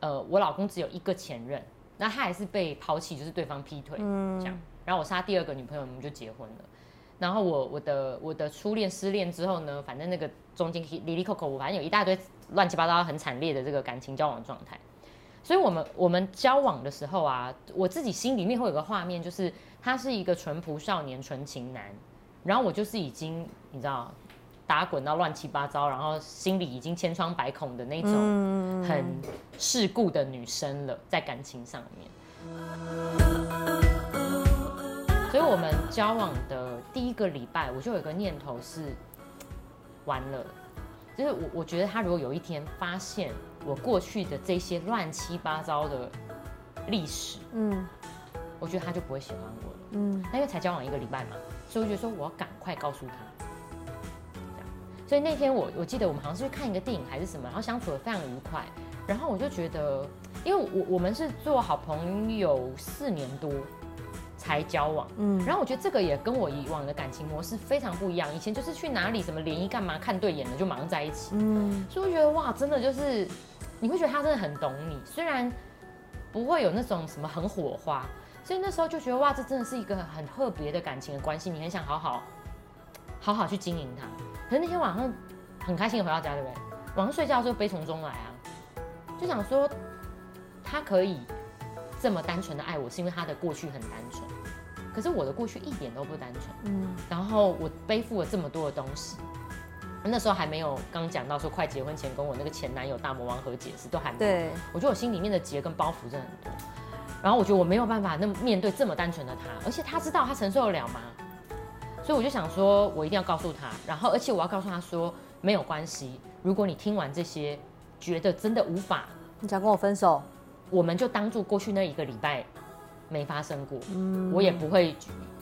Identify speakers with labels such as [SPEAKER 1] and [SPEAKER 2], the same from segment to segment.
[SPEAKER 1] 呃，我老公只有一个前任，那他还是被抛弃，就是对方劈腿，
[SPEAKER 2] 嗯
[SPEAKER 1] 这样。然后我是他第二个女朋友，我们就结婚了。然后我我的我的初恋失恋之后呢，反正那个中间里里扣扣，我反正有一大堆乱七八糟很惨烈的这个感情交往状态。所以我们我们交往的时候啊，我自己心里面会有个画面，就是他是一个淳朴少年、纯情男，然后我就是已经你知道打滚到乱七八糟，然后心里已经千疮百孔的那
[SPEAKER 2] 嗯
[SPEAKER 1] 种很世故的女生了，在感情上面。所以我们交往的第一个礼拜，我就有一个念头是，完了，就是我我觉得他如果有一天发现我过去的这些乱七八糟的历史，
[SPEAKER 2] 嗯
[SPEAKER 1] 我觉得他就不会喜欢我了。
[SPEAKER 2] 嗯
[SPEAKER 1] 那因为才交往一个礼拜嘛，所以我就觉得说我要赶快告诉他。这样所以那天我我记得我们好像是去看一个电影还是什么，然后相处的非常愉快。然后我就觉得，因为我我们是做好朋友四年多才交往，
[SPEAKER 2] 嗯，
[SPEAKER 1] 然后我觉得这个也跟我以往的感情模式非常不一样。以前就是去哪里什么联谊干嘛看对眼了就马上在一起，
[SPEAKER 2] 嗯
[SPEAKER 1] 所以我觉得哇，真的就是你会觉得他真的很懂你，虽然不会有那种什么很火花，所以那时候就觉得哇，这真的是一个很特别的感情的关系，你很想好好好好去经营它。可是那天晚上很开心的回到家，对不对？晚上睡觉的时候悲从中来啊，就想说他可以这么单纯的爱我，是因为他的过去很单纯。可是我的过去一点都不单纯，
[SPEAKER 2] 嗯
[SPEAKER 1] 然后我背负了这么多的东西。那时候还没有刚讲到说快结婚前跟我那个前男友大魔王和解是都还没有，
[SPEAKER 2] 对，
[SPEAKER 1] 我觉得我心里面的结跟包袱真的很多。然后我觉得我没有办法那么面对这么单纯的他，而且他知道他承受得了吗？所以我就想说，我一定要告诉他，然后而且我要告诉他说，没有关系，如果你听完这些，觉得真的无法
[SPEAKER 2] 你想跟我分手？
[SPEAKER 1] 我们就当做过去那一个礼拜没发生过，我也不会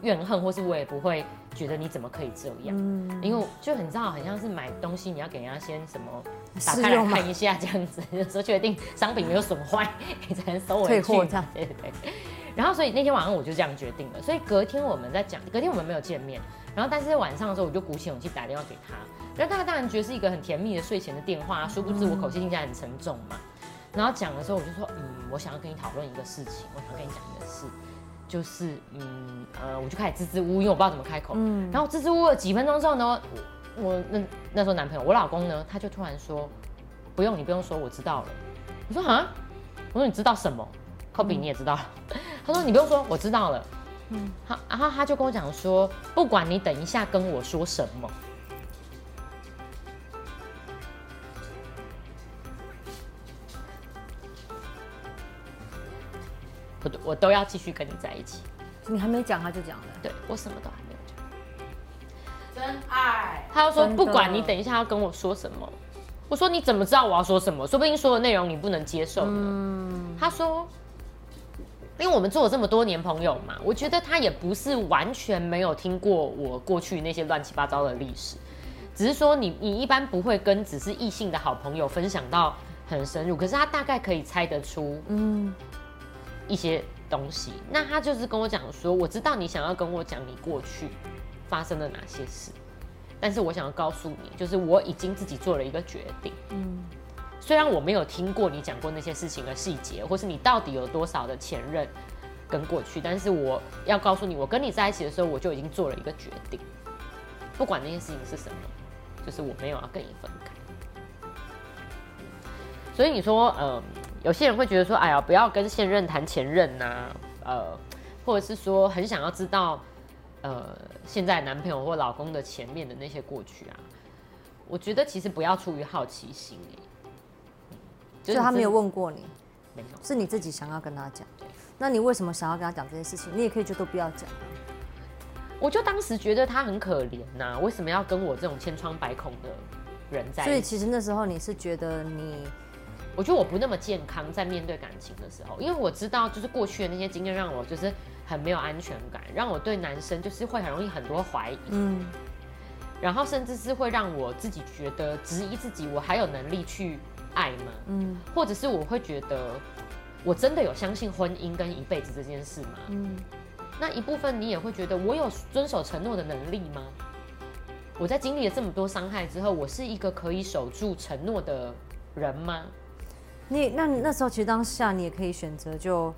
[SPEAKER 1] 怨恨，或是我也不会觉得你怎么可以这样，
[SPEAKER 2] 嗯，
[SPEAKER 1] 因为就很知道，很像是买东西，你要给人家先什么打
[SPEAKER 2] 试
[SPEAKER 1] 开来
[SPEAKER 2] 用吗？
[SPEAKER 1] 看一下这样子，有时候确定商品没有损坏， 你才能收回去。
[SPEAKER 2] 退货这样
[SPEAKER 1] 对对对。然后所以那天晚上我就这样决定了，所以隔天我们在讲，隔天我们没有见面，然后但是晚上的时候我就鼓起勇气打电话给他，然后他当然觉得是一个很甜蜜的睡前的电话，啊殊不知我口气听起来很沉重嘛。然后讲的时候我就说，嗯，我想要跟你讨论一个事情，我想跟你讲一个事，就是嗯呃，我就开始支支吾吾，因为我不知道怎么开口。
[SPEAKER 2] 嗯，
[SPEAKER 1] 然后支支吾吾了几分钟之后呢，我我那那时候男朋友，我老公呢，他就突然说，不用你不用说，我知道了。我说啊，我说你知道什么？科比你也知道了。他说你不用说，我知道了。嗯
[SPEAKER 2] 嗯，
[SPEAKER 1] 好，然后他就跟我讲说，不管你等一下跟我说什么，我都我都要继续跟你在一起。
[SPEAKER 2] 你还没讲他就讲了，
[SPEAKER 1] 对我什么都还没有讲。
[SPEAKER 3] 真爱。
[SPEAKER 1] 他又说
[SPEAKER 2] 真的
[SPEAKER 1] 不管你等一下要跟我说什么，我说你怎么知道我要说什么？说不定说的内容你不能接受呢。
[SPEAKER 3] 嗯
[SPEAKER 1] 他说，因为我们做了这么多年朋友嘛，我觉得他也不是完全没有听过我过去那些乱七八糟的历史，只是说你你一般不会跟只是异性的好朋友分享到很深入，可是他大概可以猜得出
[SPEAKER 2] 嗯
[SPEAKER 1] 一些东西。那他就是跟我讲说，我知道你想要跟我讲你过去发生了哪些事，但是我想要告诉你，就是我已经自己做了一个决定。
[SPEAKER 2] 嗯
[SPEAKER 1] 虽然我没有听过你讲过那些事情的细节，或是你到底有多少的前任跟过去，但是我要告诉你，我跟你在一起的时候，我就已经做了一个决定，不管那件事情是什么，就是我没有要跟你分开。所以你说，呃，有些人会觉得说，哎呀，不要跟现任谈前任呐、呃，或者是说很想要知道，呃，现在男朋友或老公的前面的那些过去啊。我觉得其实不要出于好奇心、欸，
[SPEAKER 2] 所
[SPEAKER 1] 就是
[SPEAKER 2] 以他
[SPEAKER 1] 你
[SPEAKER 2] 没有
[SPEAKER 1] 真
[SPEAKER 2] 问过你，
[SPEAKER 1] 没有
[SPEAKER 2] 是你自己想要跟他讲。那你为什么想要跟他讲这些事情？你也可以就都不要讲。
[SPEAKER 1] 我就当时觉得他很可怜呐、为什么要跟我这种千疮百孔的人在
[SPEAKER 2] 所
[SPEAKER 1] 一
[SPEAKER 2] 以
[SPEAKER 1] 起？
[SPEAKER 2] 其实那时候你是觉得你
[SPEAKER 1] 我觉得我不那么健康，在面对感情的时候，因为我知道就是过去的那些经验让我就是很没有安全感，让我对男生就是会很容易很多怀疑，
[SPEAKER 2] 嗯
[SPEAKER 1] 然后甚至是会让我自己觉得质疑自己，我还有能力去爱吗？
[SPEAKER 2] 嗯
[SPEAKER 1] 或者是我会觉得我真的有相信婚姻跟一辈子这件事吗？
[SPEAKER 2] 嗯
[SPEAKER 1] 那一部分你也会觉得我有遵守承诺的能力吗？我在经历了这么多伤害之后，我是一个可以守住承诺的人吗？
[SPEAKER 2] 你那你那时候其实当下你也可以选择就，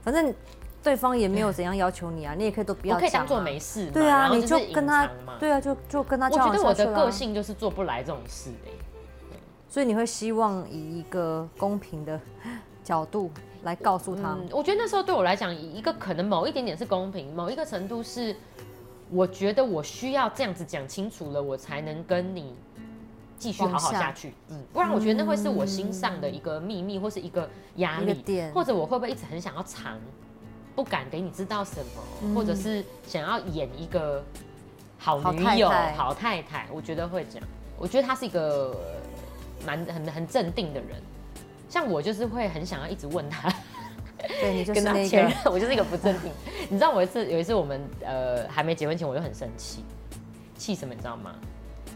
[SPEAKER 2] 反正对方也没有怎样要求你啊，你也可以都不要
[SPEAKER 1] 我可以当
[SPEAKER 2] 讲啊
[SPEAKER 1] 做没事嘛，
[SPEAKER 2] 对
[SPEAKER 1] 然
[SPEAKER 2] 啊，
[SPEAKER 1] 后
[SPEAKER 2] 你
[SPEAKER 1] 就是
[SPEAKER 2] 跟
[SPEAKER 1] 隐
[SPEAKER 2] 他
[SPEAKER 1] 藏嘛。
[SPEAKER 2] 对啊，就就跟他
[SPEAKER 1] 我
[SPEAKER 2] 交
[SPEAKER 1] 觉
[SPEAKER 2] 往
[SPEAKER 1] 得我
[SPEAKER 2] 下去
[SPEAKER 1] 的
[SPEAKER 2] 啦
[SPEAKER 1] 个，性就是做不来这种事哎、
[SPEAKER 2] 啊所以你会希望以一个公平的角度来告诉他，
[SPEAKER 1] 嗯，我觉得那时候对我来讲，一个可能某一点点是公平，某一个程度是，我觉得我需要这样子讲清楚了，我才能跟你继续好好
[SPEAKER 2] 往下
[SPEAKER 1] 下去。嗯，不然我觉得那会是我心上的一个秘密，或是一个压
[SPEAKER 2] 一个
[SPEAKER 1] 力
[SPEAKER 2] 点，
[SPEAKER 1] 或者我会不会一直很想要藏，不敢给你知道什么，
[SPEAKER 2] 嗯
[SPEAKER 1] 或者是想要演一个好
[SPEAKER 2] 好
[SPEAKER 1] 女
[SPEAKER 2] 太
[SPEAKER 1] 友、好
[SPEAKER 2] 太
[SPEAKER 1] 太太我觉得会这样。我觉得他是一个呃蛮很很镇定的人，像我就是会很想要一直问他。
[SPEAKER 2] 对你就是
[SPEAKER 1] 跟他
[SPEAKER 2] 那
[SPEAKER 1] 前
[SPEAKER 2] 个
[SPEAKER 1] 任， 我就是一个不正 经。你知道我一次有一次我们呃还没结婚前，我就很生气，气什么你知道吗？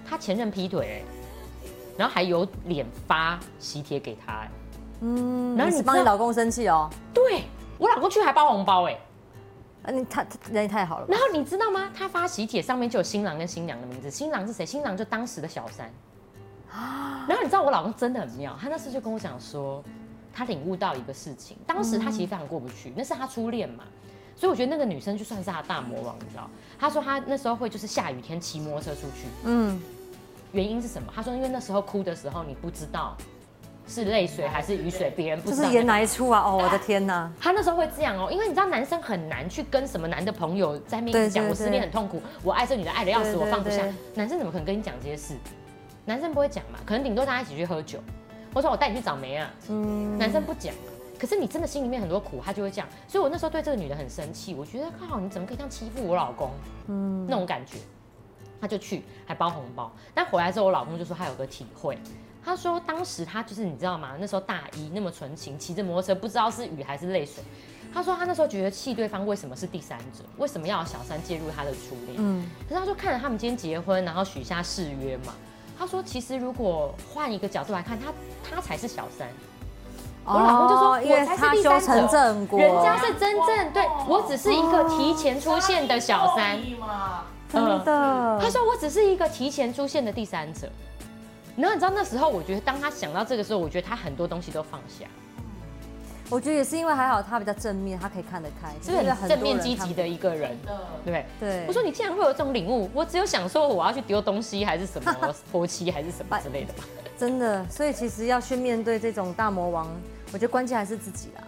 [SPEAKER 1] 他前任劈腿、欸，然后还有脸发喜帖给他、欸，
[SPEAKER 2] 嗯，
[SPEAKER 1] 然后你
[SPEAKER 2] 你是
[SPEAKER 1] 知
[SPEAKER 2] 帮你
[SPEAKER 1] 道
[SPEAKER 2] 老公生气哦，
[SPEAKER 1] 对我老公去还包红包哎、欸
[SPEAKER 2] 啊你他他人也太好了吧，
[SPEAKER 1] 然后你知道吗？他发喜帖上面就有新郎跟新娘的名字，新郎是谁？新郎就当时的小三。然后你知道我老公真的很妙，他那次就跟我讲说，他领悟到一个事情，当时他其实非常过不去，那是他初恋嘛，所以我觉得那个女生就算是他的大魔王，你知道？他说他那时候会就是下雨天骑摩托车出去，
[SPEAKER 2] 嗯，
[SPEAKER 1] 原因是什么？他说因为那时候哭的时候你不知道是泪水还是雨水，别人不
[SPEAKER 2] 就
[SPEAKER 1] 知道
[SPEAKER 2] 是
[SPEAKER 1] 那个
[SPEAKER 2] 演哪一出啊？哦，我的天哪，
[SPEAKER 1] 他那时候会这样哦、因为你知道男生很难去跟什么男的朋友在面
[SPEAKER 2] 对
[SPEAKER 1] 前讲
[SPEAKER 2] 对
[SPEAKER 1] 我失恋很痛苦，我爱这女的爱的要死，
[SPEAKER 2] 对
[SPEAKER 1] 我放不下
[SPEAKER 2] 对对。
[SPEAKER 1] 男生怎么可能跟你讲这些事？男生不会讲嘛，可能顶多大家一起去喝酒，或者说我带你去找梅啊，
[SPEAKER 2] 嗯，
[SPEAKER 1] 男生不讲。可是你真的心里面很多苦，他就会这样。所以我那时候对这个女的很生气，我觉得靠，你怎么可以这样欺负我老公？嗯，那种感觉。他就去，还包红包。但回来之后，我老公就说他有个体会，他说当时他就是你知道吗？那时候大一那么纯情，骑着摩托车，不知道是雨还是泪水。他说他那时候觉得气对方为什么是第三者，为什么要有小三介入他的初恋？
[SPEAKER 2] 嗯，
[SPEAKER 1] 可是他说看着他们今天结婚，然后许下誓约嘛。他说其实如果换一个角度来看，他他才是小三。我老公就说
[SPEAKER 2] 哦因为
[SPEAKER 1] 我才是
[SPEAKER 2] 他
[SPEAKER 1] 第
[SPEAKER 2] 修
[SPEAKER 1] 三
[SPEAKER 2] 成
[SPEAKER 1] 者
[SPEAKER 2] 正果，
[SPEAKER 1] 人家是真正对
[SPEAKER 3] 哦
[SPEAKER 1] 我只是一个提前出现的小三。
[SPEAKER 3] 嘛，
[SPEAKER 2] 真的，
[SPEAKER 1] 嗯他说我只是一个提前出现的第三者。然后你知道那时候，我觉得当他想到这个时候，我觉得他很多东西都放下，
[SPEAKER 2] 我觉得也是因为还好他比较正面，他可以看得开，
[SPEAKER 1] 是不
[SPEAKER 2] 因
[SPEAKER 1] 是
[SPEAKER 2] 为
[SPEAKER 1] 很
[SPEAKER 2] 多
[SPEAKER 1] 正面
[SPEAKER 2] 人
[SPEAKER 1] 积
[SPEAKER 2] 看
[SPEAKER 1] 极
[SPEAKER 2] 不
[SPEAKER 1] 的一个人
[SPEAKER 3] 真？的
[SPEAKER 1] 对不对。
[SPEAKER 2] 对，
[SPEAKER 1] 我说你竟然会有这种领悟，我只有想说我要去丢东西还是什 么泼漆还是什么之类的吧。
[SPEAKER 2] 真的，所以其实要去面对这种大魔王，我觉得关键还是自己啦。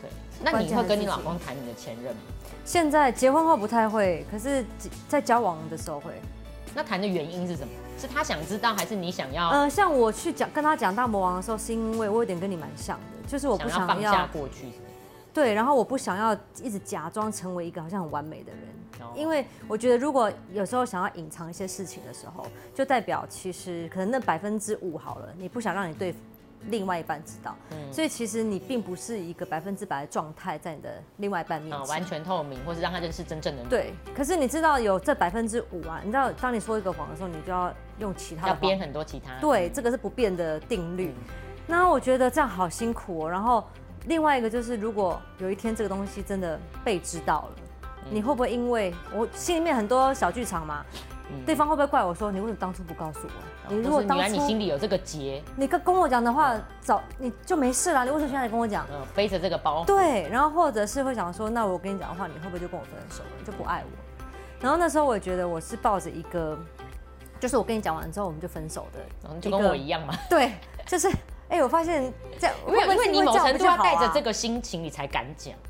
[SPEAKER 1] 对，那你
[SPEAKER 2] 关键
[SPEAKER 1] 会
[SPEAKER 2] 还
[SPEAKER 1] 跟
[SPEAKER 2] 是
[SPEAKER 1] 你
[SPEAKER 2] 自
[SPEAKER 1] 老
[SPEAKER 2] 己
[SPEAKER 1] 公谈你的前任吗？
[SPEAKER 2] 现在结婚后不太会，可是在交往的时候会。
[SPEAKER 1] 那谈的原因是什么？是他想知道还是你想要
[SPEAKER 2] 呃，像我去讲跟他讲大魔王的时候，是因为我有点跟你蛮像的，就是我不
[SPEAKER 1] 想要
[SPEAKER 2] 想
[SPEAKER 1] 放
[SPEAKER 2] 要
[SPEAKER 1] 下过去是不是？
[SPEAKER 2] 对，然后我不想要一直假装成为一个好像很完美的人，
[SPEAKER 1] 哦
[SPEAKER 2] 因为我觉得如果有时候想要隐藏一些事情的时候，就代表其实可能那百分之五好了，你不想让你对另外一半知道，
[SPEAKER 1] 嗯
[SPEAKER 2] 所以其实你并不是一个百分之百的状态在你的另外一半面
[SPEAKER 1] 啊、
[SPEAKER 2] 前。
[SPEAKER 1] 完全透明，或是让他认识真正的你，
[SPEAKER 2] 对，可是你知道有这百分之五啊？你知道，当你说一个谎的时候，你就要用其他
[SPEAKER 1] 要
[SPEAKER 2] 的谎
[SPEAKER 1] 编嗯很多其他。嗯
[SPEAKER 2] 对，这个是不变的定律。那我觉得这样好辛苦哦。然后另外一个就是，如果有一天这个东西真的被知道了，
[SPEAKER 1] 嗯
[SPEAKER 2] 你会不会因为我心里面很多小剧场嘛？对方会不会怪我说你为什么当初不告诉我？你如
[SPEAKER 1] 或嗯
[SPEAKER 2] 果
[SPEAKER 1] 哦是
[SPEAKER 2] 当
[SPEAKER 1] 原来你
[SPEAKER 2] 初
[SPEAKER 1] 心里有这个结，
[SPEAKER 2] 你跟跟我讲的话，早你就没事啦。你为什么现在跟我讲？
[SPEAKER 1] 嗯，背着这个包，
[SPEAKER 2] 对，然后或者是会想说，那我跟你讲的话，你会不会就跟我分手了，你就不爱我？然后那时候我也觉得我是抱着一个，就是我跟你讲完之后我们就分手的，
[SPEAKER 1] 然后嗯就跟我一样嘛。
[SPEAKER 2] 对，就是哎、我发现这样，
[SPEAKER 1] 因为因为你某程度要带着这
[SPEAKER 2] 个，
[SPEAKER 1] 个心情，你才敢讲。
[SPEAKER 2] 啊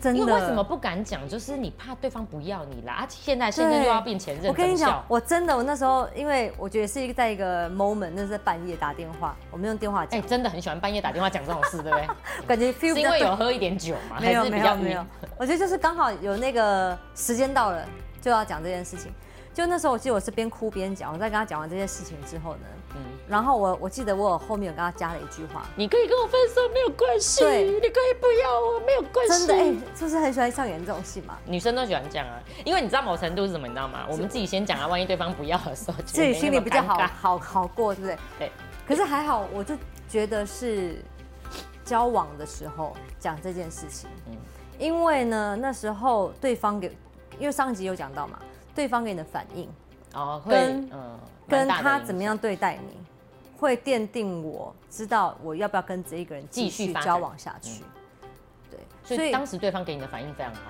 [SPEAKER 2] 真的
[SPEAKER 1] 因为为什么？不敢讲？就是你怕对方不要你啦。啊，现在现在
[SPEAKER 2] 对
[SPEAKER 1] 又要变前任，
[SPEAKER 2] 我跟你
[SPEAKER 1] 怎么
[SPEAKER 2] 讲
[SPEAKER 1] 笑，，
[SPEAKER 2] 我真的，我那时候因为我觉得是一个在一个 moment，那是在半夜打电话，我们用电话
[SPEAKER 1] 哎、
[SPEAKER 2] 讲，
[SPEAKER 1] 真的很喜欢半夜打电话讲这种事， 对不对？
[SPEAKER 2] 感觉 feel
[SPEAKER 1] 哎是
[SPEAKER 2] 比
[SPEAKER 1] 因
[SPEAKER 2] 较
[SPEAKER 1] 为
[SPEAKER 2] 对
[SPEAKER 1] 有喝一点酒嘛，
[SPEAKER 2] 没有
[SPEAKER 1] 啊还是
[SPEAKER 2] 没
[SPEAKER 1] 比
[SPEAKER 2] 有
[SPEAKER 1] 较
[SPEAKER 2] 没有
[SPEAKER 1] 晕，
[SPEAKER 2] 我觉得就是刚好有那个时间到了，就要讲这件事情。就那时候我记得我是边哭边讲，我在跟他讲完这些事情之后呢，嗯，然后我我记得我有后面有跟他加了一句话，
[SPEAKER 1] 你可以跟我分手没有关系，
[SPEAKER 2] 对
[SPEAKER 1] 你可以不要我没有关系。
[SPEAKER 2] 真的哎、是不是很喜欢上演这种戏嘛？
[SPEAKER 1] 女生都喜欢这样啊，因为你知道某程度是什么，你知道吗？我们自己先讲啊，万一对方不要的时候，
[SPEAKER 2] 自己心里比较好
[SPEAKER 1] 觉得没那么尴尬
[SPEAKER 2] 好好过，对不对？
[SPEAKER 1] 对。
[SPEAKER 2] 可是还好，我就觉得是交往的时候讲这件事情，
[SPEAKER 1] 嗯
[SPEAKER 2] 因为呢那时候对方给，因为上集有讲到嘛，对方给你的反应。
[SPEAKER 1] 哦，会
[SPEAKER 2] 跟
[SPEAKER 1] 嗯，蛮
[SPEAKER 2] 跟
[SPEAKER 1] 大的
[SPEAKER 2] 他
[SPEAKER 1] 影
[SPEAKER 2] 怎么
[SPEAKER 1] 响
[SPEAKER 2] 样对待你，会奠定我知道我要不要跟这一个人继
[SPEAKER 1] 继续
[SPEAKER 2] 续
[SPEAKER 1] 发展嗯
[SPEAKER 2] 交往下去。对，
[SPEAKER 1] 所以当时对方给你的反应非常好。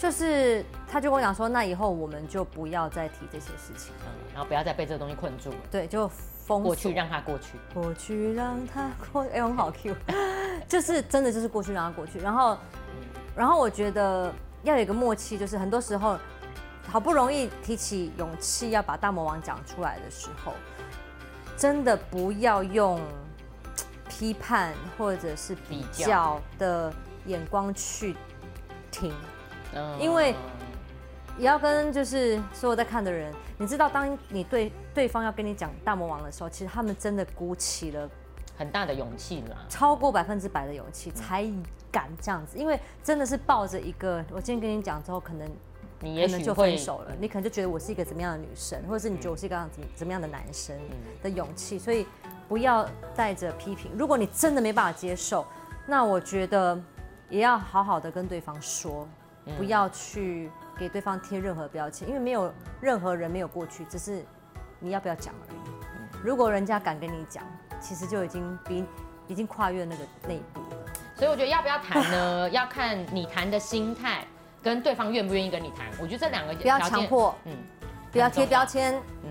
[SPEAKER 2] 就是他就跟我讲说，那以后我们就不要再提这些事情了。
[SPEAKER 1] 嗯，然后不要再被这个东西困住了，
[SPEAKER 2] 对，就封
[SPEAKER 1] 过
[SPEAKER 2] 锁
[SPEAKER 1] 去让它过去。
[SPEAKER 2] 过去让它过，哎、我很好 Q，就是真的就是过去让它过去。然后，然后我觉得要有一个默契，就是很多时候好不容易提起勇气要把大魔王讲出来的时候，真的不要用批判或者是比
[SPEAKER 1] 比较
[SPEAKER 2] 较的眼光去听。
[SPEAKER 1] 嗯
[SPEAKER 2] 因为也要跟就是所有在看的人，你知道，当你对对方要跟你讲大魔王的时候，其实他们真的鼓起了
[SPEAKER 1] 很大的勇气啦，
[SPEAKER 2] 超过百分之百的勇
[SPEAKER 1] 嗯
[SPEAKER 2] 气才敢这样子，因为真的是抱着一个我今天跟你讲之后，可能
[SPEAKER 1] 你
[SPEAKER 2] 可
[SPEAKER 1] 也
[SPEAKER 2] 能
[SPEAKER 1] 许
[SPEAKER 2] 就
[SPEAKER 1] 会嗯
[SPEAKER 2] 分手了，你可能就觉得我是一个怎么样的女生，或者是你觉得我是一个怎么怎么样的男生的勇气，所以不要带着批评。如果你真的没办法接受，那我觉得也要好好的跟对方说，
[SPEAKER 1] 嗯
[SPEAKER 2] 不要去给对方贴任何标签，因为没有任何人没有过去，只是你要不要讲而
[SPEAKER 1] 嗯
[SPEAKER 2] 已。如果人家敢跟你讲，其实就已经比已经跨越那个那一步了。
[SPEAKER 1] 所以我觉得要不要谈呢， 要看你谈的心态跟对方愿不愿意跟你谈。我觉得这两个
[SPEAKER 2] 不要
[SPEAKER 1] 条件
[SPEAKER 2] 强，迫，
[SPEAKER 1] 嗯
[SPEAKER 2] 不要贴标签，
[SPEAKER 1] 嗯，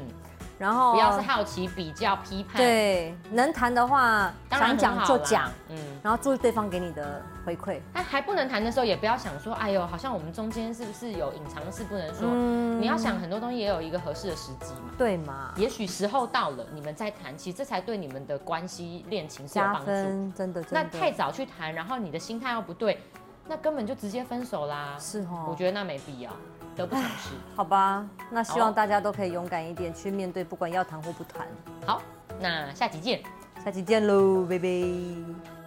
[SPEAKER 2] 然后
[SPEAKER 1] 不要是好奇、比较、批判，，
[SPEAKER 2] 对，能谈的话，
[SPEAKER 1] 当然
[SPEAKER 2] 想
[SPEAKER 1] 很
[SPEAKER 2] 讲
[SPEAKER 1] 好
[SPEAKER 2] 就
[SPEAKER 1] 啦
[SPEAKER 2] 讲，，
[SPEAKER 1] 嗯。
[SPEAKER 2] 然后注意对方给你的回馈。
[SPEAKER 1] 但还不能谈的时候，也不要想说，哎呦，好像我们中间是不是有隐藏的事不能说？
[SPEAKER 2] 嗯
[SPEAKER 1] 你要想很多东西也有一个合适的时机嘛。
[SPEAKER 2] 对嘛？
[SPEAKER 1] 也许时候到了，你们再谈，其实这才对你们的关系、恋情是有
[SPEAKER 2] 加
[SPEAKER 1] 帮助。
[SPEAKER 2] 分，真的真的。
[SPEAKER 1] 那太早去谈，然后你的心态又不对，那根本就直接分手啦。
[SPEAKER 2] 是哦，
[SPEAKER 1] 我觉得那没必要，得不偿失。
[SPEAKER 2] 好吧。那希望
[SPEAKER 1] 好哦
[SPEAKER 2] 大家都可以勇敢一点去面对，不管要谈或不谈。
[SPEAKER 1] 好，那下集见。
[SPEAKER 2] 下期见喽，拜拜。